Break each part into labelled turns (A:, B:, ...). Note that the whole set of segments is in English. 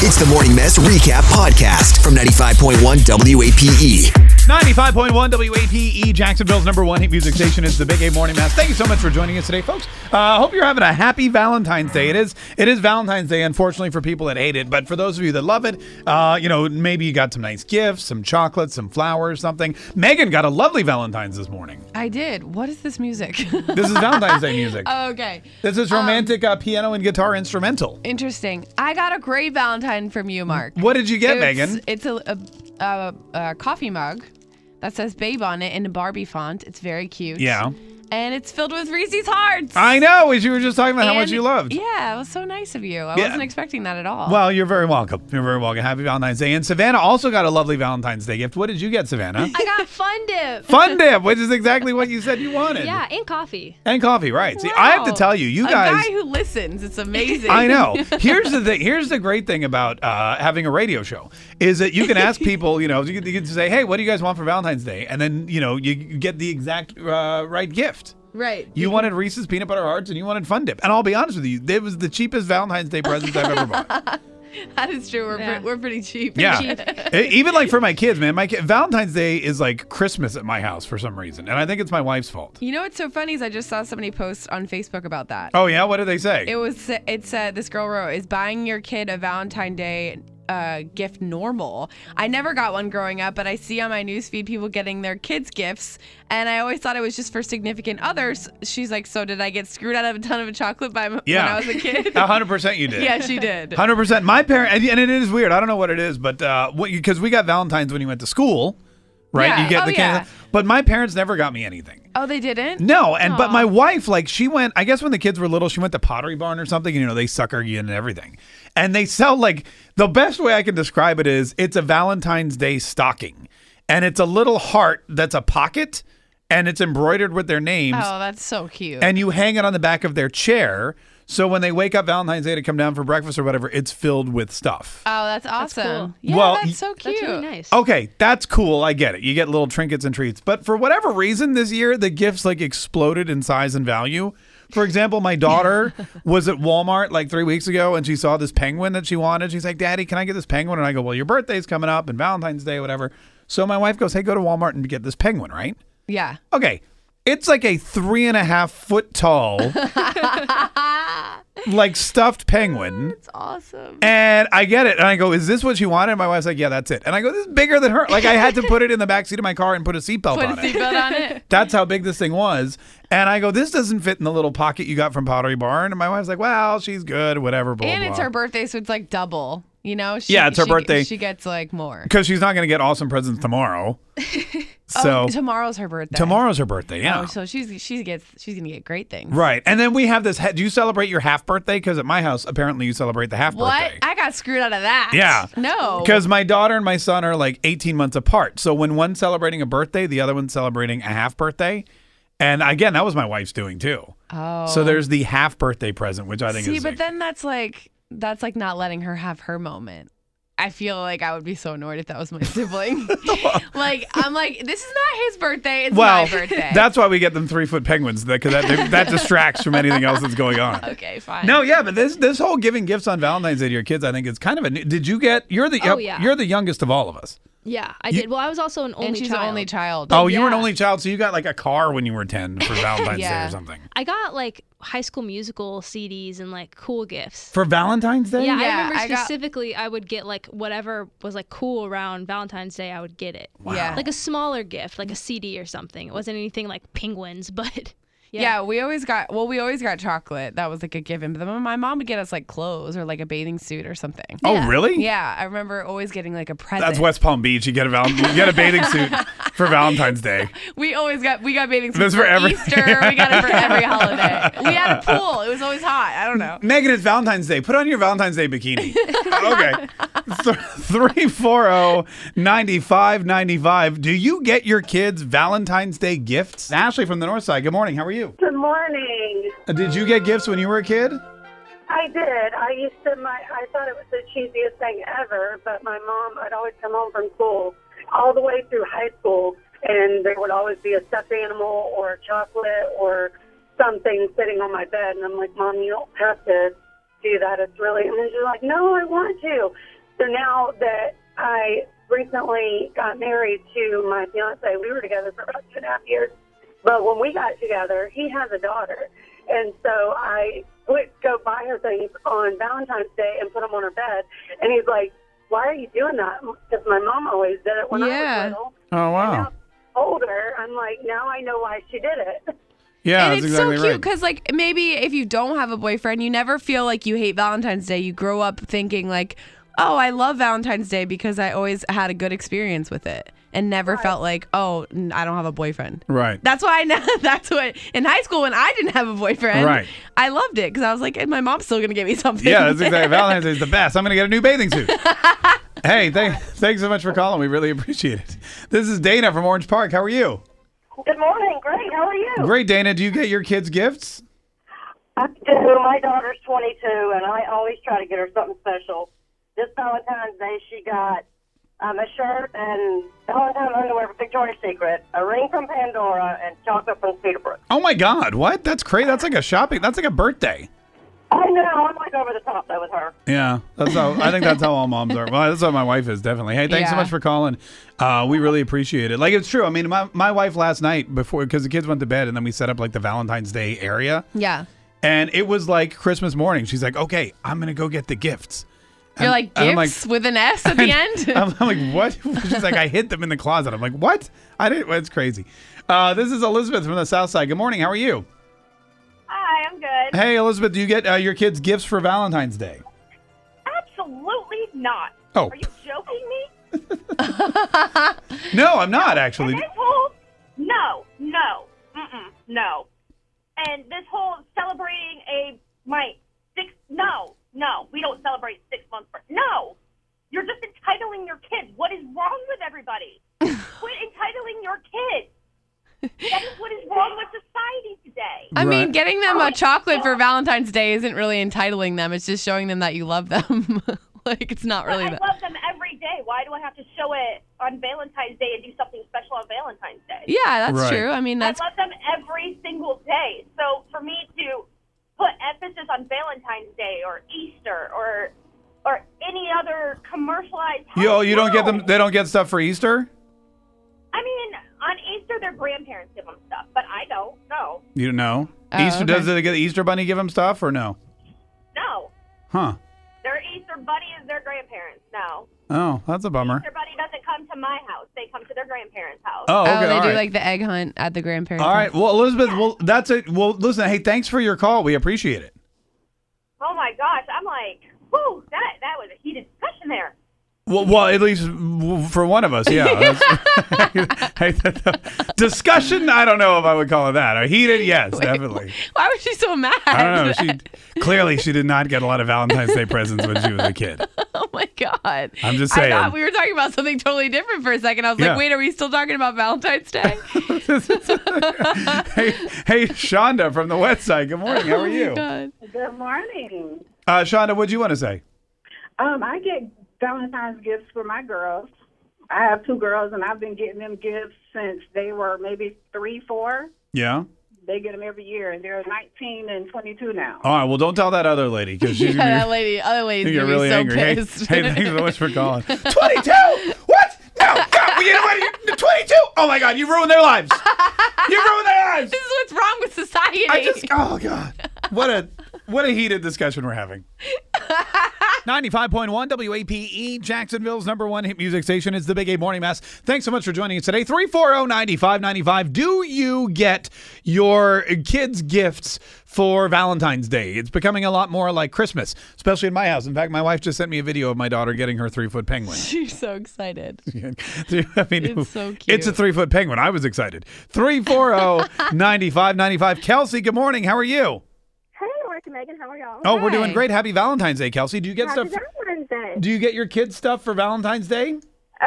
A: It's the Morning Mess Recap Podcast from 95.1 WAPE.
B: 95.1 WAPE, E, Jacksonville's number one hit music station. It's the Big A Morning Mass. Thank you so much for joining us today, folks. Uh, hope you're having a happy Valentine's Day. It is it is Valentine's Day, unfortunately, for people that hate it. But for those of you that love it, uh, you know, maybe you got some nice gifts, some chocolates, some flowers, something. Megan got a lovely Valentine's this morning.
C: I did. What is this music?
B: This is Valentine's Day music.
C: okay.
B: This is romantic uh, piano and guitar instrumental.
C: Interesting. I got a great Valentine from you, Mark.
B: What did you get,
C: it's,
B: Megan?
C: It's a, a, a, a coffee mug that says babe on it in a Barbie font. It's very cute.
B: Yeah.
C: And it's filled with Reese's hearts.
B: I know, as you were just talking about how much
C: And-
B: you loved.
C: Yeah, it was so nice of you. I
B: Yeah.
C: wasn't expecting that at all.
B: Well, you're very welcome. You're very welcome. Happy Valentine's Day. And Savannah also got a lovely Valentine's Day gift. What did you get, Savannah?
D: I got fun dip.
B: Fun dip, which is exactly what you said you wanted.
D: Yeah, and coffee.
B: And coffee, right. See, I have to
C: Wow.
B: tell you, you
C: a
B: guys.
C: guy who listens. It's amazing.
B: I know. Here's the thing. Here's the great thing about uh, having a radio show is that you can ask people. You know, you can, you can say, "Hey, what do you guys want for Valentine's Day?" And then you know you, you get the exact uh, right gift.
C: Right.
B: You wanted Reese's peanut butter hearts, and you wanted Fun Dip. And I'll be honest with you, it was the cheapest Valentine's Day presents I've ever bought.
C: that is true. We're,
D: Yeah.
C: pre- we're pretty cheap.
B: Yeah. E- Even like for my kids, man. My kid, Valentine's Day is like Christmas at my house for some reason, and I think it's my wife's fault.
C: You know what's so funny is I just saw somebody post on Facebook about that.
B: Oh yeah, what do they say?
C: It was. It said this girl wrote is buying your kid a Valentine Day uh, gift normal. I never got one growing up, but I see on my newsfeed people getting their kids gifts, and I always thought it was just for significant others. She's like, so did I get screwed out of a ton of chocolate by m-
B: Yeah.
C: when I was a kid?
B: A hundred percent, you did.
C: yeah, she did.
B: Hundred percent. My parent, and, and it is weird. I don't know what it is, but uh, what because we got Valentines when you went to school, right?
C: Yeah.
B: You get
C: Oh,
B: the candy. But my parents never got me anything.
C: Oh, they didn't.
B: No, and but my wife, like, she went. I guess when the kids were little, she went to Pottery Barn or something. And, you know, they sucker you in and everything, and they sell like the best way I can describe it is it's a Valentine's Day stocking, and it's a little heart that's a pocket, and it's embroidered with their names,
C: Oh, that's so cute.
B: and you hang it on the back of their chair. So when they wake up Valentine's Day to come down for breakfast or whatever, it's filled with stuff.
C: oh, that's awesome.
D: cool.
C: Yeah,
B: Well, y-
C: that's so cute.
D: That's really nice.
B: Okay, that's cool. I get it. You get little trinkets and treats. But for whatever reason this year, the gifts like exploded in size and value. For example, my daughter was at Walmart like three weeks ago and she saw this penguin that she wanted. She's like, Daddy, can I get this penguin? And I go, Well, your birthday's coming up and Valentine's Day, whatever. So my wife goes, Hey, go to Walmart and get this penguin, right?
C: Yeah.
B: Okay. It's like a three and a half foot tall, like stuffed penguin.
D: It's awesome.
B: And I get it. And I go, is this what you wanted? And my wife's like, yeah, that's it. And I go, this is bigger than her. Like I had to put it in the backseat of my car and put a seatbelt
C: Put a
B: on it.
C: seatbelt on it.
B: That's how big this thing was. And I go, this doesn't fit in the little pocket you got from Pottery Barn. And my wife's like, well, she's good, whatever. Blah,
C: And it's
B: blah.
C: her birthday, so it's like double. You know? She,
B: Yeah, it's her
C: she-
B: birthday.
C: She gets like more.
B: Because she's not going to get awesome presents tomorrow. so
C: oh, tomorrow's her birthday.
B: tomorrow's her birthday. Yeah.
C: Oh, so she's she gets she's gonna get great things.
B: right. And then we have this. he- Do you celebrate your half birthday? Because at my house, apparently you celebrate the half
C: What?
B: birthday.
C: I got screwed out of that.
B: Yeah.
C: No.
B: Because my daughter and my son are like 18 months apart. So when one's celebrating a birthday, the other one's celebrating a half birthday. And again, that was my wife's doing too.
C: oh.
B: So there's the half birthday present, which I think
C: See,
B: is.
C: but
B: like-
C: then that's like that's like not letting her have her moment. I feel like I would be so annoyed if that was my sibling. like I'm like, this is not his birthday. It's
B: well,
C: my birthday.
B: that's why we get them three foot penguins because that, that distracts from anything else that's going on.
C: okay. Fine.
B: No, yeah, but this this whole giving gifts on Valentine's Day to your kids, I think is kind of a. new- Did you get? You're the
D: Oh, yeah.
B: you're the youngest of all of us.
D: Yeah, I
B: You-
D: did. Well, I was also an only
C: And she's
D: child.
C: the only child.
B: Oh, you were an
D: Yeah.
B: only child, so you got like a car when you were ten for Valentine's Day
C: Yeah.
B: or something.
D: I got like High School Musical CDs and like cool gifts.
B: For Valentine's Day,
D: yeah,
C: Yeah,
D: I remember
C: I got-
D: specifically I would get like whatever was like cool around Valentine's Day, I would get it.
B: Oh,
C: Yeah.
D: Like a smaller gift, like a CD or something. It wasn't anything like penguins, but yeah.
C: Yeah. we always got well, we always got chocolate. That was like a given. But then my mom would get us like clothes or like a bathing suit or something.
B: Oh, really?
C: Yeah, I remember always getting like a present.
B: That's West Palm Beach. You get a val- you get a bathing suit for Valentine's Day.
C: we always got. We got bathing suits
B: That's
C: for,
B: for every-
C: Easter. we got it for every holiday. We had a pool. It was always hot. I don't know.
B: Megan, it's Valentine's Day. Put on your Valentine's Day bikini. okay. Th- 340-9595. Do you get your kids Valentine's Day gifts? Ashley from the North Side. Good morning. How are you?
E: Good morning.
B: Uh, Did you get gifts when you were a kid?
E: I did. I used to. My I thought it was the cheesiest thing ever, but my mom. I'd always come home from school, all the way through high school, and there would always be a stuffed animal or a chocolate or something sitting on my bed, and I'm like, Mom, you don't have to do that. It's really, and then she's like, no, I want to. So now that I recently got married to my fiance, we were together for about two and a half years. But when we got together, he has a daughter. And so I would go buy her things on Valentine's Day and put them on her bed. And he's like, why are you doing that? Because my mom always did it when
C: Yeah.
E: I was little.
B: Oh
E: Now
B: wow.
E: I'm older, I'm like, now I know why she did it.
B: Yeah,
C: and
B: that's
C: it's
B: exactly
C: so cute
B: right.
C: because, like, maybe if you don't have a boyfriend, you never feel like you hate Valentine's Day. You grow up thinking, like, oh, I love Valentine's Day because I always had a good experience with it and never felt like, oh, n- I don't have a boyfriend.
B: Right.
C: That's why I know. That's what in high school when I didn't have a boyfriend,
B: Right.
C: I loved it because I was like, "And my mom's still gonna give me something.
B: Yeah, that's exactly. Valentine's Day is the best. I'm going to get a new bathing suit. hey, thank, thanks so much for calling. We really appreciate it. This is Dana from Orange Park. How are you?
E: Good morning. Great. How are you?
B: Great, Dana. Do you get your kids gifts?
E: I do. My daughter's 22, and I always try to get her something special. This Valentine's Day, she got um, a shirt and Valentine underwear from Victoria's Secret, a ring from Pandora, and chocolate from Cedarbrook.
B: Oh my God! What? That's crazy. That's like a shopping. That's like a birthday.
E: I know. Oh, I'm like over the top, though, with her.
B: Yeah, that's how I think that's how all moms are. Well, that's how my wife is definitely. Hey, thanks so
C: Yeah.
B: much for calling. Uh, we really appreciate it. Like it's true. I mean, my my wife last night before because the kids went to bed and then we set up like the Valentine's Day area.
C: yeah.
B: And it was like Christmas morning. She's like, "Okay, I'm gonna go get the gifts."
C: You're
B: And-
C: like
B: and I'm
C: gifts with an S at the end.
B: I'm, I'm like, what? She's like, I hid them in the closet. I'm like, what? I didn't. That's crazy. Uh, this is Elizabeth from the South Side. Good morning. How are you?
F: Hi, I'm good.
B: Hey, Elizabeth. Do you get uh, your kids gifts for Valentine's Day?
F: Absolutely not.
B: Oh.
F: Are you joking me?
B: No, I'm not actually.
F: This whole no, no, mm-mm, no, and this whole celebrating a my six no, no, we don't celebrate six months. For, no, you're just entitling your kids. What is wrong with everybody? Quit entitling your kids. That is what is wrong with society today.
C: I mean,
B: Right.
C: getting them
F: Oh,
C: a chocolate for Valentine's Day isn't really entitling them. It's just showing them that you love them. like it's not really
F: I
C: that.
F: love them every day. Why do I have to show it on Valentine's Day and do something special on Valentine's Day?
C: Yeah, that's
B: Right.
C: true. I mean, that's
F: I love them every single day. So for me to put emphasis on Valentine's Day or Easter or or any other commercialized
B: You, oh, you don't get them.
F: holiday-
B: They don't get stuff for Easter.
F: I mean, on Easter their grandparents give them stuff, but I don't. No,
B: You don't know.
C: Oh,
B: Easter
C: okay.
B: does the, the Easter bunny give them stuff or no?
F: no.
B: Huh.
F: Their Easter buddy is their grandparents. No,
B: Oh, that's a bummer.
F: their buddy doesn't come to my house. They come to their grandparents' house.
B: Oh, okay.
C: oh, they
B: all
C: do
B: right.
C: like the egg hunt at the grandparents.
B: all right.
C: house.
B: Well, Elizabeth. Well, that's it. Well, listen. Hey, thanks for your call. We appreciate it.
F: Oh my gosh, I'm like, whoo, that that was a heated discussion there.
B: Well, well, at least w- for one of us, yeah. That's- I- that- discussion? I don't know if I would call it that. A heated, yes, definitely.
C: Why was she so mad?
B: I don't know. She clearly she did not get a lot of Valentine's Day presents when she was a kid.
C: oh my god!
B: I'm just
C: I
B: saying.
C: thought we were talking about something totally different for a second. I was
B: Yeah.
C: like, wait, are we still talking about Valentine's Day?
B: Hey, hey, Shonda from the West Side. Good morning. How
C: Oh
B: are
C: my
B: you,
C: God.
E: Good morning.
B: uh, Shonda? What do you want to say?
E: Um, I get Valentine's gifts for my girls. I have two girls, and I've been getting them gifts since they were maybe three, four.
B: Yeah.
E: They get them every year, and they're 19 and 22 now.
B: All right. Well, don't tell that other lady because she's
C: Yeah, that
B: gonna,
C: lady, other
B: be,
C: lady's
B: you're
C: gonna
B: really
C: be so
B: angry. Hey,
C: pissed.
B: hey, thanks so much for calling. Twenty-two. What? No. God, well, you know what? Twenty-two. Oh my God! You ruined their lives. You ruined their lives.
C: this is what's wrong with society.
B: I just oh god. What a what a heated discussion we're having. 95.1 WAPE, E, Jacksonville's number one hit music station. It's the Big A Morning Mass. Thanks so much for joining us today. oh, 340-9595. Do you get your kids' gifts for Valentine's Day? It's becoming a lot more like Christmas, especially in my house. In fact, my wife just sent me a video of my daughter getting her three-foot penguin.
C: She's so excited.
B: I mean,
C: It's so
B: It's a
C: cute.
B: three foot penguin. I was excited. oh, 340 9595. Kelsey, good morning. How are you?
G: Hey, Mark and Megan, how are y'all?
B: Oh, we're doing
C: Hi.
B: great. Happy Valentine's Day, Kelsey. Do you get
G: Happy
B: stuff?
G: Valentine's Day.
B: Do you get your kids stuff for Valentine's Day?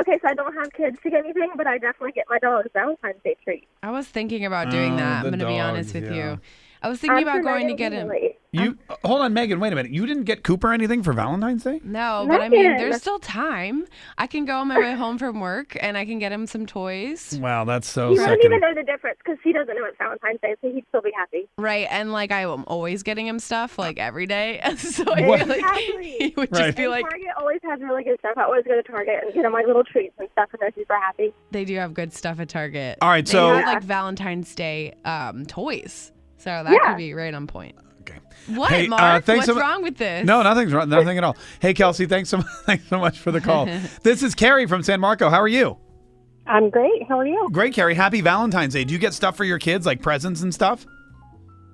G: okay, so I don't have kids to get anything, but I definitely get my dogs Valentine's Day treats.
C: I was thinking about doing
B: Oh,
C: that. I'm
B: the
C: going to be honest
B: dogs,
C: with
B: yeah.
C: you. I was thinking about
G: I'm
C: going to
G: Megan
C: get him.
G: Lee.
B: You uh, hold on, Megan. Wait a minute. You didn't get Cooper anything for Valentine's Day?
C: No, but I mean, there's
G: Megan.
C: still time. I can go on my way home from work and I can get him some toys.
B: Wow, that's so
C: Oh,
G: He wouldn't even
B: second.
G: know the difference because he doesn't know it's Valentine's Day, so he'd still be happy.
C: Right. And like, I am always getting him stuff like every day. so I
B: What?
C: feel like he
G: Exactly.
C: would
B: Right.
C: just be
G: And
C: like,
G: Target always has really good stuff. I always go to Target and get him like little treats and stuff, and they're super happy.
C: they do have good stuff at Target.
B: All right,
C: They
B: so-
C: have, like Valentine's Day um, toys. So that
G: Yeah.
C: could be right on point.
B: Okay.
C: What,
B: Hey, uh,
C: Mark?
B: thanks
C: What's
B: so mu-
C: wrong with this?
B: No, nothing's wrong. Nothing at all. Hey, Kelsey. Thanks so thanks so much for the call. this is Carrie from San Marco. How are you?
G: I'm great. How are you?
B: Great, Carrie. Happy Valentine's Day. Do you get stuff for your kids, like presents and stuff?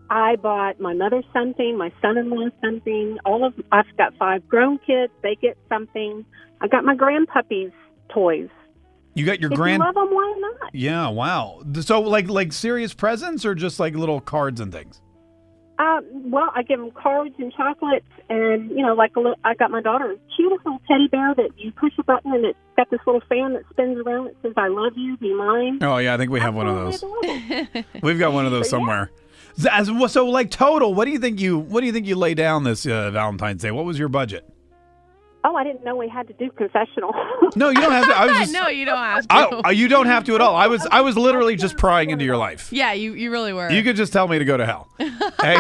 H: I bought my mother something, my son-in-law something. All of I've got five grown kids; they get something. I got my grandpuppies toys.
B: You got your
H: If
B: grand.
H: you love them, why not?
B: yeah. Wow. So like like serious presents or just like little cards and things?
H: Uh, well, I give them cards and chocolates, and you know, like a little, I got my daughter a cute little teddy bear that you push a button and it's got this little fan that spins around that says "I love you, be mine."
B: Oh yeah, I think we have one of those. We've got one of those
H: Yeah.
B: somewhere. Z- As, well, so like total, what do you think you what do you think you lay down this uh, Valentine's Day? What was your budget?
H: Oh, I didn't know we had to do confessional.
B: No, you don't have to. I was just.
C: no, you don't have to.
B: I, I- you don't have to at all. I was I was literally just prying into your life.
C: yeah, you, you really were.
B: You could just tell me to go to hell. Hey,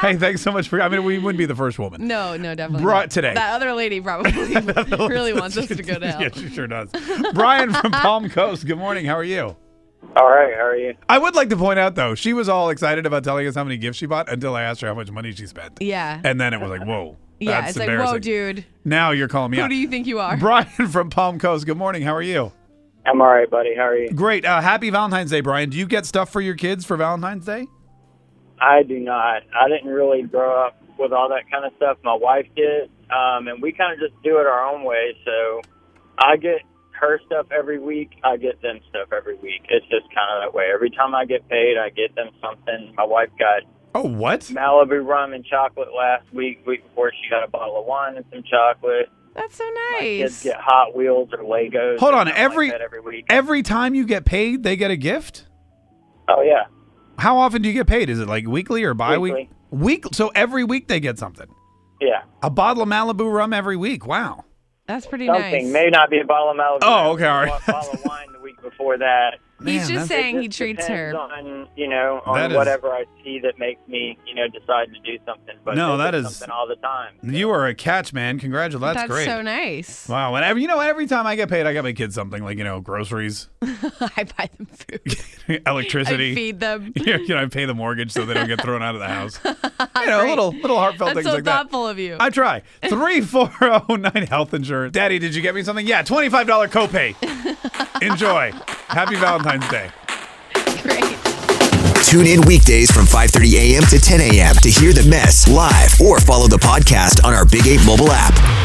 B: hey, thanks so much for. I mean, we wouldn't be the first woman.
C: no, no, definitely.
B: Brought
C: not.
B: today.
C: That other lady probably really wants us to go down.
B: yeah, she sure does. Brian from Palm Coast. Good morning. How are you?
I: All right, how are you?
B: I would like to point out though, she was all excited about telling us how many gifts she bought until I asked her how much money she spent,
C: Yeah.
B: and then it was like, whoa,
C: yeah.
B: that's
C: it's like,
B: embarrassing.
C: whoa, dude.
B: Now you're calling me
C: Who
B: out.
C: do you think you are?
B: Brian from Palm Coast. Good morning. How are you?
I: I'm all right, buddy. How are you?
B: Great. Uh, happy Valentine's Day, Brian. Do you get stuff for your kids for Valentine's Day?
I: I do not. I didn't really grow up with all that kind of stuff. My wife did, um, and we kind of just do it our own way. So I get her stuff every week. I get them stuff every week. It's just kind of that way. Every time I get paid, I get them something. My wife got
B: Oh, what?
I: Malibu rum and chocolate last week. Week before, she got a bottle of wine and some chocolate.
C: That's so nice.
I: Kids get Hot Wheels or Legos.
B: Hold
I: or
B: on,
I: something
B: every-
I: like that every week.
B: Every time you get paid, they get a gift?
I: oh yeah.
B: How often do you get paid? Is it like weekly or bi week?
I: Weekly.
B: Week. So every week they get something.
I: Yeah,
B: A bottle of Malibu rum every week. Wow.
C: That's pretty
I: something
C: nice.
I: may not be a bottle of Malibu.
B: Oh, okay, all right.
I: A bottle of wine the week before that.
B: Man,
C: He's just
B: that's-
C: saying
I: It
C: he
I: just
C: treats
I: depends
C: her.
I: on you know
B: That
I: on
B: is-
I: whatever I see that makes me you know decide to do something. But
B: No,
I: they
B: that
I: do
B: is-
I: something all the time.
B: You are a catch, man. Congratulations. That's, great.
C: so nice.
B: Wow. And every, you know, every time I get paid, I got my kids something like, you know, groceries,
C: I buy them food. I
B: electricity.
C: feed them.
B: Yeah, you know, I pay the mortgage so they don't get thrown out of the house. You know,
C: Great.
B: little little heartfelt
C: That's
B: things
C: so
B: like that.
C: thoughtful of you.
B: I try. 3409 health insurance. Daddy, did you get me something? Yeah, $25 copay. Enjoy. Happy Valentine's Day.
C: Great.
A: Tune in weekdays from 5:30 a.m. to 10 a.m. to hear the mess live or follow the podcast on our Big 8 mobile app.